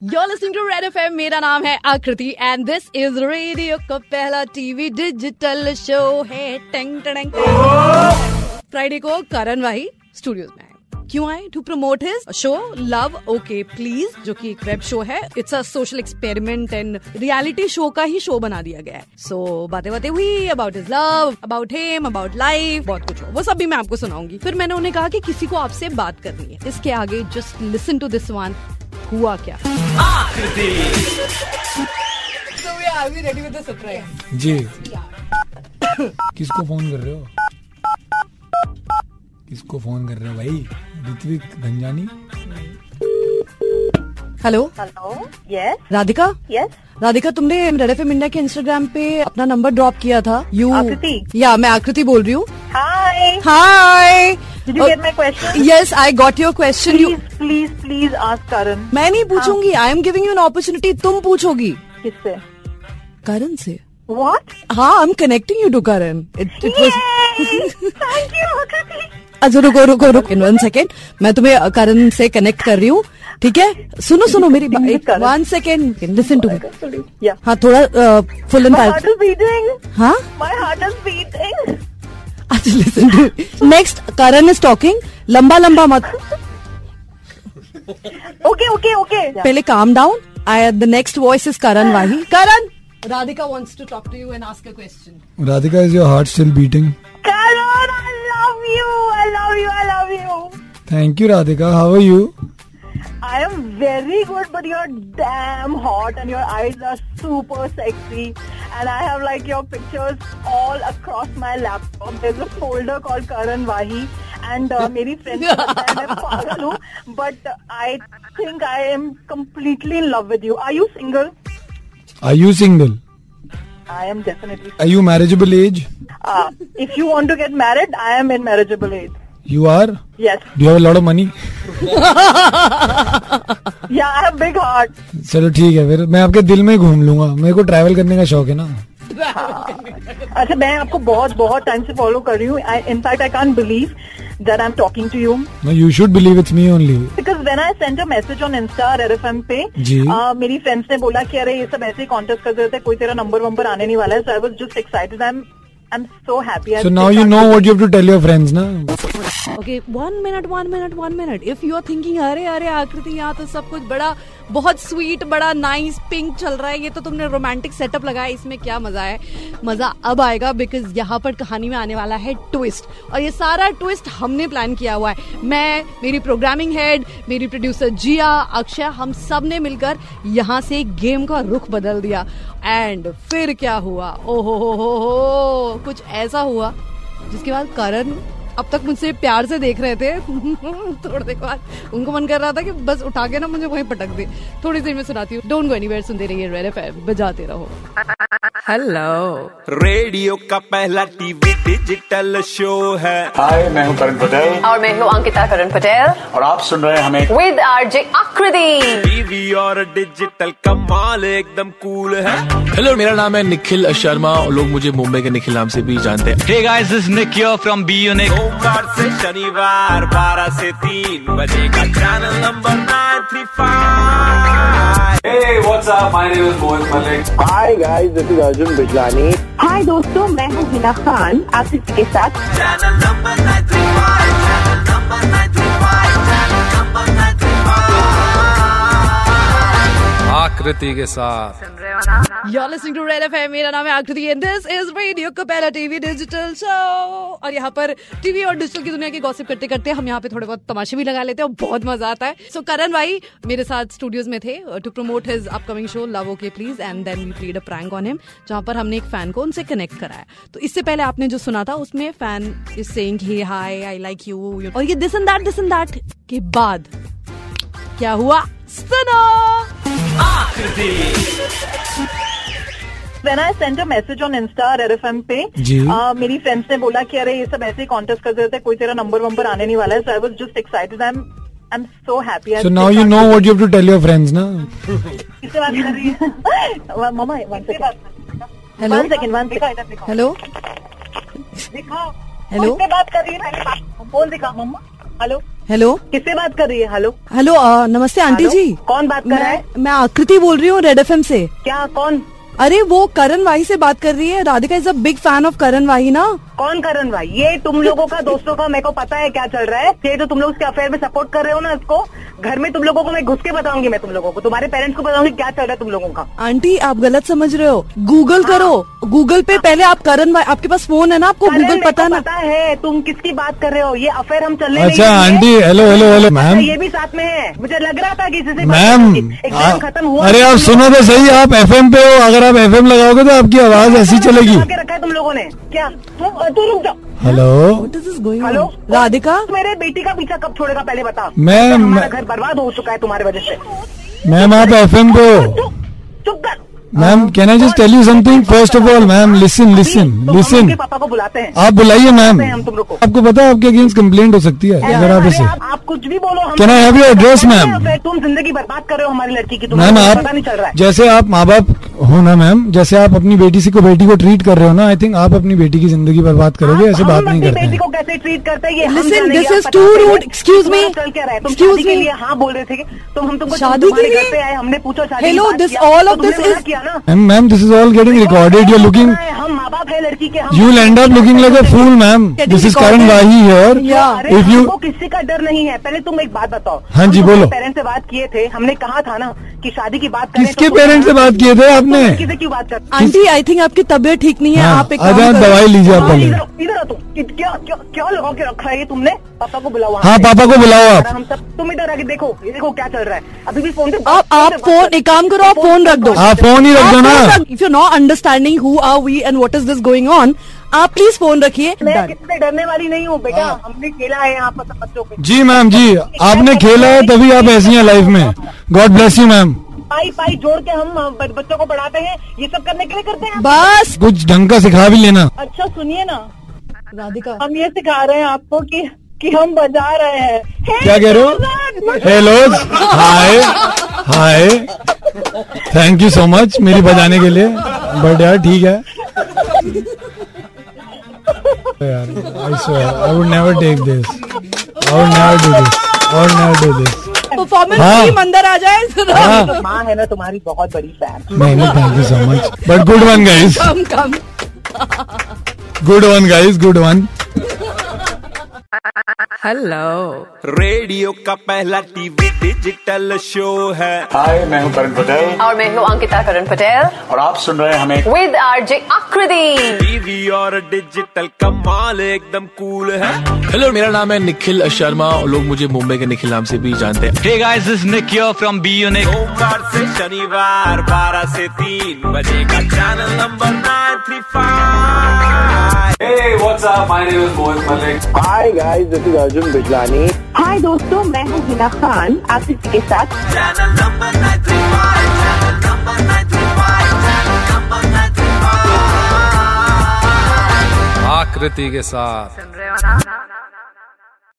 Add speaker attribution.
Speaker 1: You're listening to Red FM. मेरा नाम है Aakriti and this is radio का पहला टीवी डिजिटल शो है टेंग टेंग फ्राइडे को करण वाही स्टूडियोज में आए। क्यों आए to promote his show love okay please जो कि एक वेब शो है it's a social experiment and reality show का ही शो बना दिया गया है सो बातें बातें हुई about is love about him about life बहुत कुछ हो वो सब भी मैं आपको सुनाऊंगी फिर मैंने उन्हें कहा कि किसी को आपसे बात करनी है इसके आगे just listen to this one हुआ क्या
Speaker 2: जी किसको फोन कर रहे हो किसको फोन कर रहे हो भाई Ritwik Dhanjani
Speaker 1: hello
Speaker 3: hello yes
Speaker 1: Radhika
Speaker 3: yes
Speaker 1: Radhika तुमने रेड एफ इंडिया के इंस्टाग्राम पे अपना नंबर ड्रॉप किया था यू
Speaker 3: आकृति।
Speaker 1: या मैं आकृति बोल रही हूँ
Speaker 3: hi
Speaker 1: hi
Speaker 3: did you get my question
Speaker 1: yes I got your question you
Speaker 3: please please please ask Karan
Speaker 1: मैं नहीं पूछूंगी I am giving you an opportunity तुम पूछोगी
Speaker 3: किससे
Speaker 1: करण से
Speaker 3: व्हाट
Speaker 1: हाँ I am connecting you to Karan it it
Speaker 3: thank you Aakriti
Speaker 1: अच्छा रुको रुको रुको वन सेकेंड मैं तुम्हें अ, करण से कनेक्ट कर रही हूँ ठीक है सुनो सुनो मेरी
Speaker 3: Karan.
Speaker 1: One second listen to me
Speaker 3: yeah
Speaker 1: हाँ थोड़ा full and
Speaker 3: my heart is beating
Speaker 1: हाँ
Speaker 3: माय हार्ट इज बीटिंग
Speaker 1: अच्छा listen to next Karan is talking लंबा लंबा मत
Speaker 3: ओके ओके ओके
Speaker 1: पहले काम down. The next voice is Karan Wahi. Karan, Radhika wants to talk to you and ask a question.
Speaker 2: Radhika, is your heart still beating?
Speaker 3: Karan, I love you.
Speaker 2: Thank you, Radhika. How are you?
Speaker 3: I am very good, but you're damn hot and your eyes are super sexy. And I have like your pictures all across my laptop. There's a folder called Karan Wahi. And my friends are pagal, but I think I am completely in love with you are you single
Speaker 2: are you single
Speaker 3: I am definitely
Speaker 2: are you marriageable age
Speaker 3: if you want to get married I am in marriageable age
Speaker 2: you are do
Speaker 3: Yes.
Speaker 2: You have lot of money
Speaker 3: Yeah, I have big heart.
Speaker 2: चलो ठीक है फिर मैं आपके दिल में ही घूम लूंगा मेरे को ट्रैवल करने का शौक है ना
Speaker 3: अच्छा मैं आपको बहुत बहुत टाइम से फॉलो कर रही हूँ in fact I can't believe that I am talking to you
Speaker 2: no you should believe it's me only
Speaker 3: because when I sent a message on Insta red F M पे
Speaker 2: जी।
Speaker 3: अ, मेरी फ्रेंड्स ने बोला कि अरे ये सब ऐसे ही कॉन्टेस्ट कर रहे थे कोई तेरा नंबर वंबर आने नहीं वाला है so I was just excited I am I am so happy
Speaker 2: so now you know what you have to tell your friends ना
Speaker 1: okay one minute one minute one minute if you are thinking अरे अरे आकृति यहाँ तो सब कुछ बड़ा बहुत sweet बड़ा नाइस पिंक चल रहा है ये तो तुमने रोमांटिक सेटअप लगाया इसमें क्या मजा है मजा अब आएगा बिकॉज यहाँ पर कहानी में आने वाला है ट्विस्ट और ये सारा ट्विस्ट हमने प्लान किया हुआ है मैं मेरी प्रोग्रामिंग हेड मेरी प्रोड्यूसर जिया अक्षय हम सब ने मिलकर यहाँ से गेम का रुख बदल दिया एंड फिर क्या हुआ ओहो हो हो हो कुछ ऐसा हुआ जिसके बाद करण अब तक मुझसे प्यार से देख रहे थे थोड़ी देर बाद उनको मन कर रहा था कि बस उठा के ना मुझे वहीं पटक दे थोड़ी देर में सुनाती हूँ डोंट गो एनीवेयर सुनते रहिए रेड एफएम बजाते रहो
Speaker 4: रेडियो का पहला टीवी डिजिटल शो है
Speaker 5: हाय मैं हूं करण पटेल
Speaker 6: और मैं हूँ अंकिता करण पटेल
Speaker 5: और आप सुन रहे हैं हमें
Speaker 6: विद आरजे आकृति
Speaker 4: टीवी और डिजिटल कमाल एकदम कूल है
Speaker 7: हेलो मेरा नाम है निखिल शर्मा और लोग मुझे मुंबई के निखिल नाम से भी जानते हैं
Speaker 8: Hey guys, this is Nick here from B Unit.
Speaker 4: सोमवार से शनिवार 12 से 3 बजे का चैनल नंबर 935
Speaker 3: हाय दोस्तों मैं हूँ हिना खान आप इसके साथ
Speaker 4: channel number 935 channel number 935 channel number 935
Speaker 9: Aakriti के साथ
Speaker 1: You're listening to Red FM. मेरा नाम है आकृति and this is Radio का पहला टीवी डिजिटल शो और यहाँ पर टीवी और डिजिटल की दुनिया की गॉसिप करते करते हम यहाँ पे थोड़े बहुत तमाशे भी लगा लेते हैं और बहुत मजा आता है सो करण भाई मेरे साथ स्टूडियोज में थे uh, to promote his upcoming show love okay please and then we played a prank on him जहाँ पर हमने एक फैन को उनसे कनेक्ट कराया तो इससे पहले आपने जो सुना था उसमें fan is saying he hi I like you और ये this and that this and that के बाद क्या हुआ सुनो
Speaker 3: when I sent a message on Insta red F M पे
Speaker 2: जी।
Speaker 3: अ, मेरी फ्रेंड्स ने बोला कि अरे ये सब ऐसे ही कॉन्टेस्ट कर रहे थे कोई तेरा नंबर वंबर आने नहीं वाला है so I was just excited I am I am so happy
Speaker 2: so now you know what you have to tell your friends ना
Speaker 3: किससे बात कर रही है मामा one second
Speaker 1: Hello?
Speaker 3: One second one second
Speaker 1: hello
Speaker 3: दिखाओ
Speaker 1: Hello?
Speaker 3: उससे बात कर रही है पहले बात- बोल दिखा मम्मा हेलो
Speaker 1: हेलो
Speaker 3: किससे बात कर रही है हेलो
Speaker 1: हेलो अ, नमस्ते आंटी
Speaker 3: हेलो,
Speaker 1: जी
Speaker 3: कौन बात कर
Speaker 1: मैं-
Speaker 3: रहा है?
Speaker 1: मैं आकृति बोल रही हूँ रेड एफ से
Speaker 3: क्या कौन
Speaker 1: अरे वो करण वाही से बात कर रही है Radhika is a big fan of Karan Wahi ना
Speaker 3: कौन करण भाई ये तुम लोगों का दोस्तों का मेरे को पता है क्या चल रहा है ये तो तुम लोग उसके अफेयर में सपोर्ट कर रहे हो ना उसको घर में तुम लोगों को मैं घुस के बताऊंगी मैं तुम लोगों को तुम्हारे पेरेंट्स को बताऊंगी क्या चल रहा है तुम लोगों का
Speaker 1: आंटी आप गलत समझ रहे हो गूगल करो गूगल पे पहले आप करण वाही आपके पास फोन है ना आपको
Speaker 3: अरे,
Speaker 1: गूगल
Speaker 3: मेरे को
Speaker 1: तो पता ना
Speaker 3: पता है तुम किसकी बात कर रहे हो ये अफेयर हम चलने नहीं
Speaker 2: अच्छा
Speaker 3: देंगे।
Speaker 2: आंटी हेलो हेलो हेलो
Speaker 3: अच्छा,
Speaker 2: मैम
Speaker 3: ये भी साथ में है मुझे लग रहा था कि इसी से बात
Speaker 2: मैम
Speaker 3: होगी। एग्जाम खत्म
Speaker 2: आ-
Speaker 3: हुआ
Speaker 2: हाँ। अरे आप सुनो तो सही आप एफएम पे हो अगर आप एफएम लगाओगे तो आपकी आवाज ऐसी चलेगी
Speaker 3: लगा के रखा है तुम लोगों ने क्या तू तू रुक जाओ
Speaker 2: hello
Speaker 1: what is this going
Speaker 3: hello
Speaker 1: Radhika
Speaker 3: तू मेरे बेटी का पीछा कब छोड़ेगा पहले बता
Speaker 2: मैं-
Speaker 3: हमारा
Speaker 2: मैं-
Speaker 3: घर बर्बाद हो चुका है तुम्हारी वजह से
Speaker 2: मैम आप एफएम पे हो
Speaker 3: चुप चुप कर
Speaker 2: ma'am can I just tell you something first of all ma'am listen listen
Speaker 3: अभी तो हम
Speaker 2: लिसन
Speaker 3: आपके पापा को बुलाते हैं
Speaker 2: आप बुलाइए मैम
Speaker 3: हैं हम तुम लोग को।
Speaker 2: आपको पता है आपके अगेंस्ट कंप्लेंट हो सकती है अगर आप
Speaker 3: अरे
Speaker 2: इसे
Speaker 3: आप, आप कुछ भी बोलो हम
Speaker 2: Can I have your address, ma'am?
Speaker 3: तुम जिंदगी बर्बाद कर रहे हो हमारी लड़की की तुम्हें
Speaker 2: मैम
Speaker 3: पता नहीं चल रहा
Speaker 2: आप
Speaker 3: है
Speaker 2: जैसे आप माँ बाप हो ना मैम जैसे आप अपनी बेटी से को बेटी को ट्रीट कर रहे हो ना आई थिंक आप अपनी बेटी की जिंदगी बर्बाद करोगे ऐसे
Speaker 3: हम
Speaker 2: बात नहीं
Speaker 3: अपनी
Speaker 2: करते
Speaker 3: बेटी
Speaker 2: हैं
Speaker 3: को कैसे ट्रीट करते हैं ये हम
Speaker 1: Listen,
Speaker 3: जानेंगे,
Speaker 1: this
Speaker 3: आप
Speaker 1: is
Speaker 3: पता
Speaker 1: too
Speaker 3: करेंगे।
Speaker 1: rude. Excuse me.
Speaker 3: तुम्हारा चल क्या रहा है तुम
Speaker 1: Excuse
Speaker 3: शादी के
Speaker 1: me.
Speaker 3: लिए हाँ बोल रहे थे कि तुम हम तुमको
Speaker 1: शादी
Speaker 3: तुम तुम्हारे
Speaker 1: के लिए?
Speaker 3: घर पे आए हमने पूछा शादी
Speaker 1: Hello,
Speaker 3: की बात
Speaker 1: this
Speaker 3: किया,
Speaker 1: all
Speaker 3: तो
Speaker 1: of
Speaker 3: तुमने
Speaker 1: this
Speaker 3: मना
Speaker 1: is-
Speaker 3: किया ना
Speaker 2: ma'am ma'am this is all getting recorded you looking
Speaker 3: हम माँ बाप है लड़की के हम
Speaker 2: you and up looking like a fool ma'am
Speaker 1: Getting
Speaker 2: this is
Speaker 1: recorded.
Speaker 2: Karan Wahi
Speaker 1: Yeah.
Speaker 2: Here
Speaker 3: अरे
Speaker 2: इफ यू
Speaker 3: हमको किसी का डर नहीं है पहले तुम एक बात बताओ
Speaker 2: हाँ जी, बोलो।
Speaker 3: पेरेंट्स से बात किए थे हमने कहा था ना कि शादी की बात करें तो
Speaker 2: किसके पेरेंट्स से बात किए थे आपने
Speaker 3: किसी क्यों बात कर
Speaker 1: आंटी आई थिंक आपकी तबीयत ठीक नहीं है
Speaker 2: हाँ,
Speaker 1: आप एक
Speaker 2: आ
Speaker 1: काम
Speaker 2: जाओ,
Speaker 1: करो।
Speaker 2: दवाई लीजिए आप
Speaker 3: हाँ,
Speaker 2: पहले
Speaker 3: इधर आओ, इधर आओ तुम कि- क्या क्या क्या लगा के रखा है ये तुमने पापा को बुलाओ वहाँ
Speaker 2: हाँ
Speaker 3: पे।
Speaker 2: पापा को बुलाओ आप
Speaker 3: हम सब तुम इधर आके देखो ये देखो क्या चल रहा है अभी भी फोन पे
Speaker 1: आप आप फोन एक काम करो आप फोन रख दो
Speaker 2: आप फोन ही रख दो ना
Speaker 1: if you not understanding who are we and what is this going on आप प्लीज फोन रखिए
Speaker 3: मैं
Speaker 1: Done.
Speaker 3: किससे डरने वाली नहीं हूँ बेटा
Speaker 2: हाँ।
Speaker 3: हमने खेला है यहाँ पर सब बच्चों पे
Speaker 2: जी मैम जी आपने खेला है तभी आप ऐसी हैं लाइफ में गॉड ब्लेस यू मैम
Speaker 3: पाई पाई जोड़ के हम अ, ब- बच्चों को पढ़ाते हैं ये सब करने के लिए करते हैं आप।
Speaker 1: बस
Speaker 2: कुछ ढंग का सिखा भी लेना
Speaker 3: अच्छा सुनिए ना
Speaker 1: राधिका
Speaker 3: हम ये सिखा रहे हैं आपको कि कि हम बजा रहे हैं हे
Speaker 2: क्या कह रहे
Speaker 3: भगवान,
Speaker 2: हो hello hi hi thank you so much मेरी बजाने के लिए बट यार ठीक है तो यार I swear I would never take this I would never do this I would never do this
Speaker 1: performance
Speaker 2: हाँ।
Speaker 1: टीम अंदर आ जाए
Speaker 2: हाँ
Speaker 3: तो माँ है ना तुम्हारी बहुत बड़ी फैन
Speaker 2: नहीं नहीं thank you so much but good one guys
Speaker 1: come come
Speaker 2: good one guys good one
Speaker 10: radio का पहला टीवी डिजिटल शो है
Speaker 5: हाय मैं हूं करण पटेल
Speaker 6: और मैं हूँ अंकिता करण पटेल
Speaker 5: और आप सुन रहे हैं हमें
Speaker 6: विद आरजे आकृति
Speaker 10: टीवी और डिजिटल कमाल एकदम कूल है
Speaker 7: हेलो मेरा नाम है निखिल शर्मा और लोग मुझे मुंबई के निखिल नाम से भी जानते हैं
Speaker 8: Hey guys, this is Nick here from B Unique.
Speaker 10: सोमवार से शनिवार 12 से 3 बजेगा channel number 935 hey what's up my name is Mohit Malik
Speaker 3: hi दोस्तों मैं हूँ हिना खान आप इसके साथ
Speaker 4: Channel number 935. Channel number 935. Channel number 935.
Speaker 9: Aakriti के साथ
Speaker 6: सुन रहे हो ना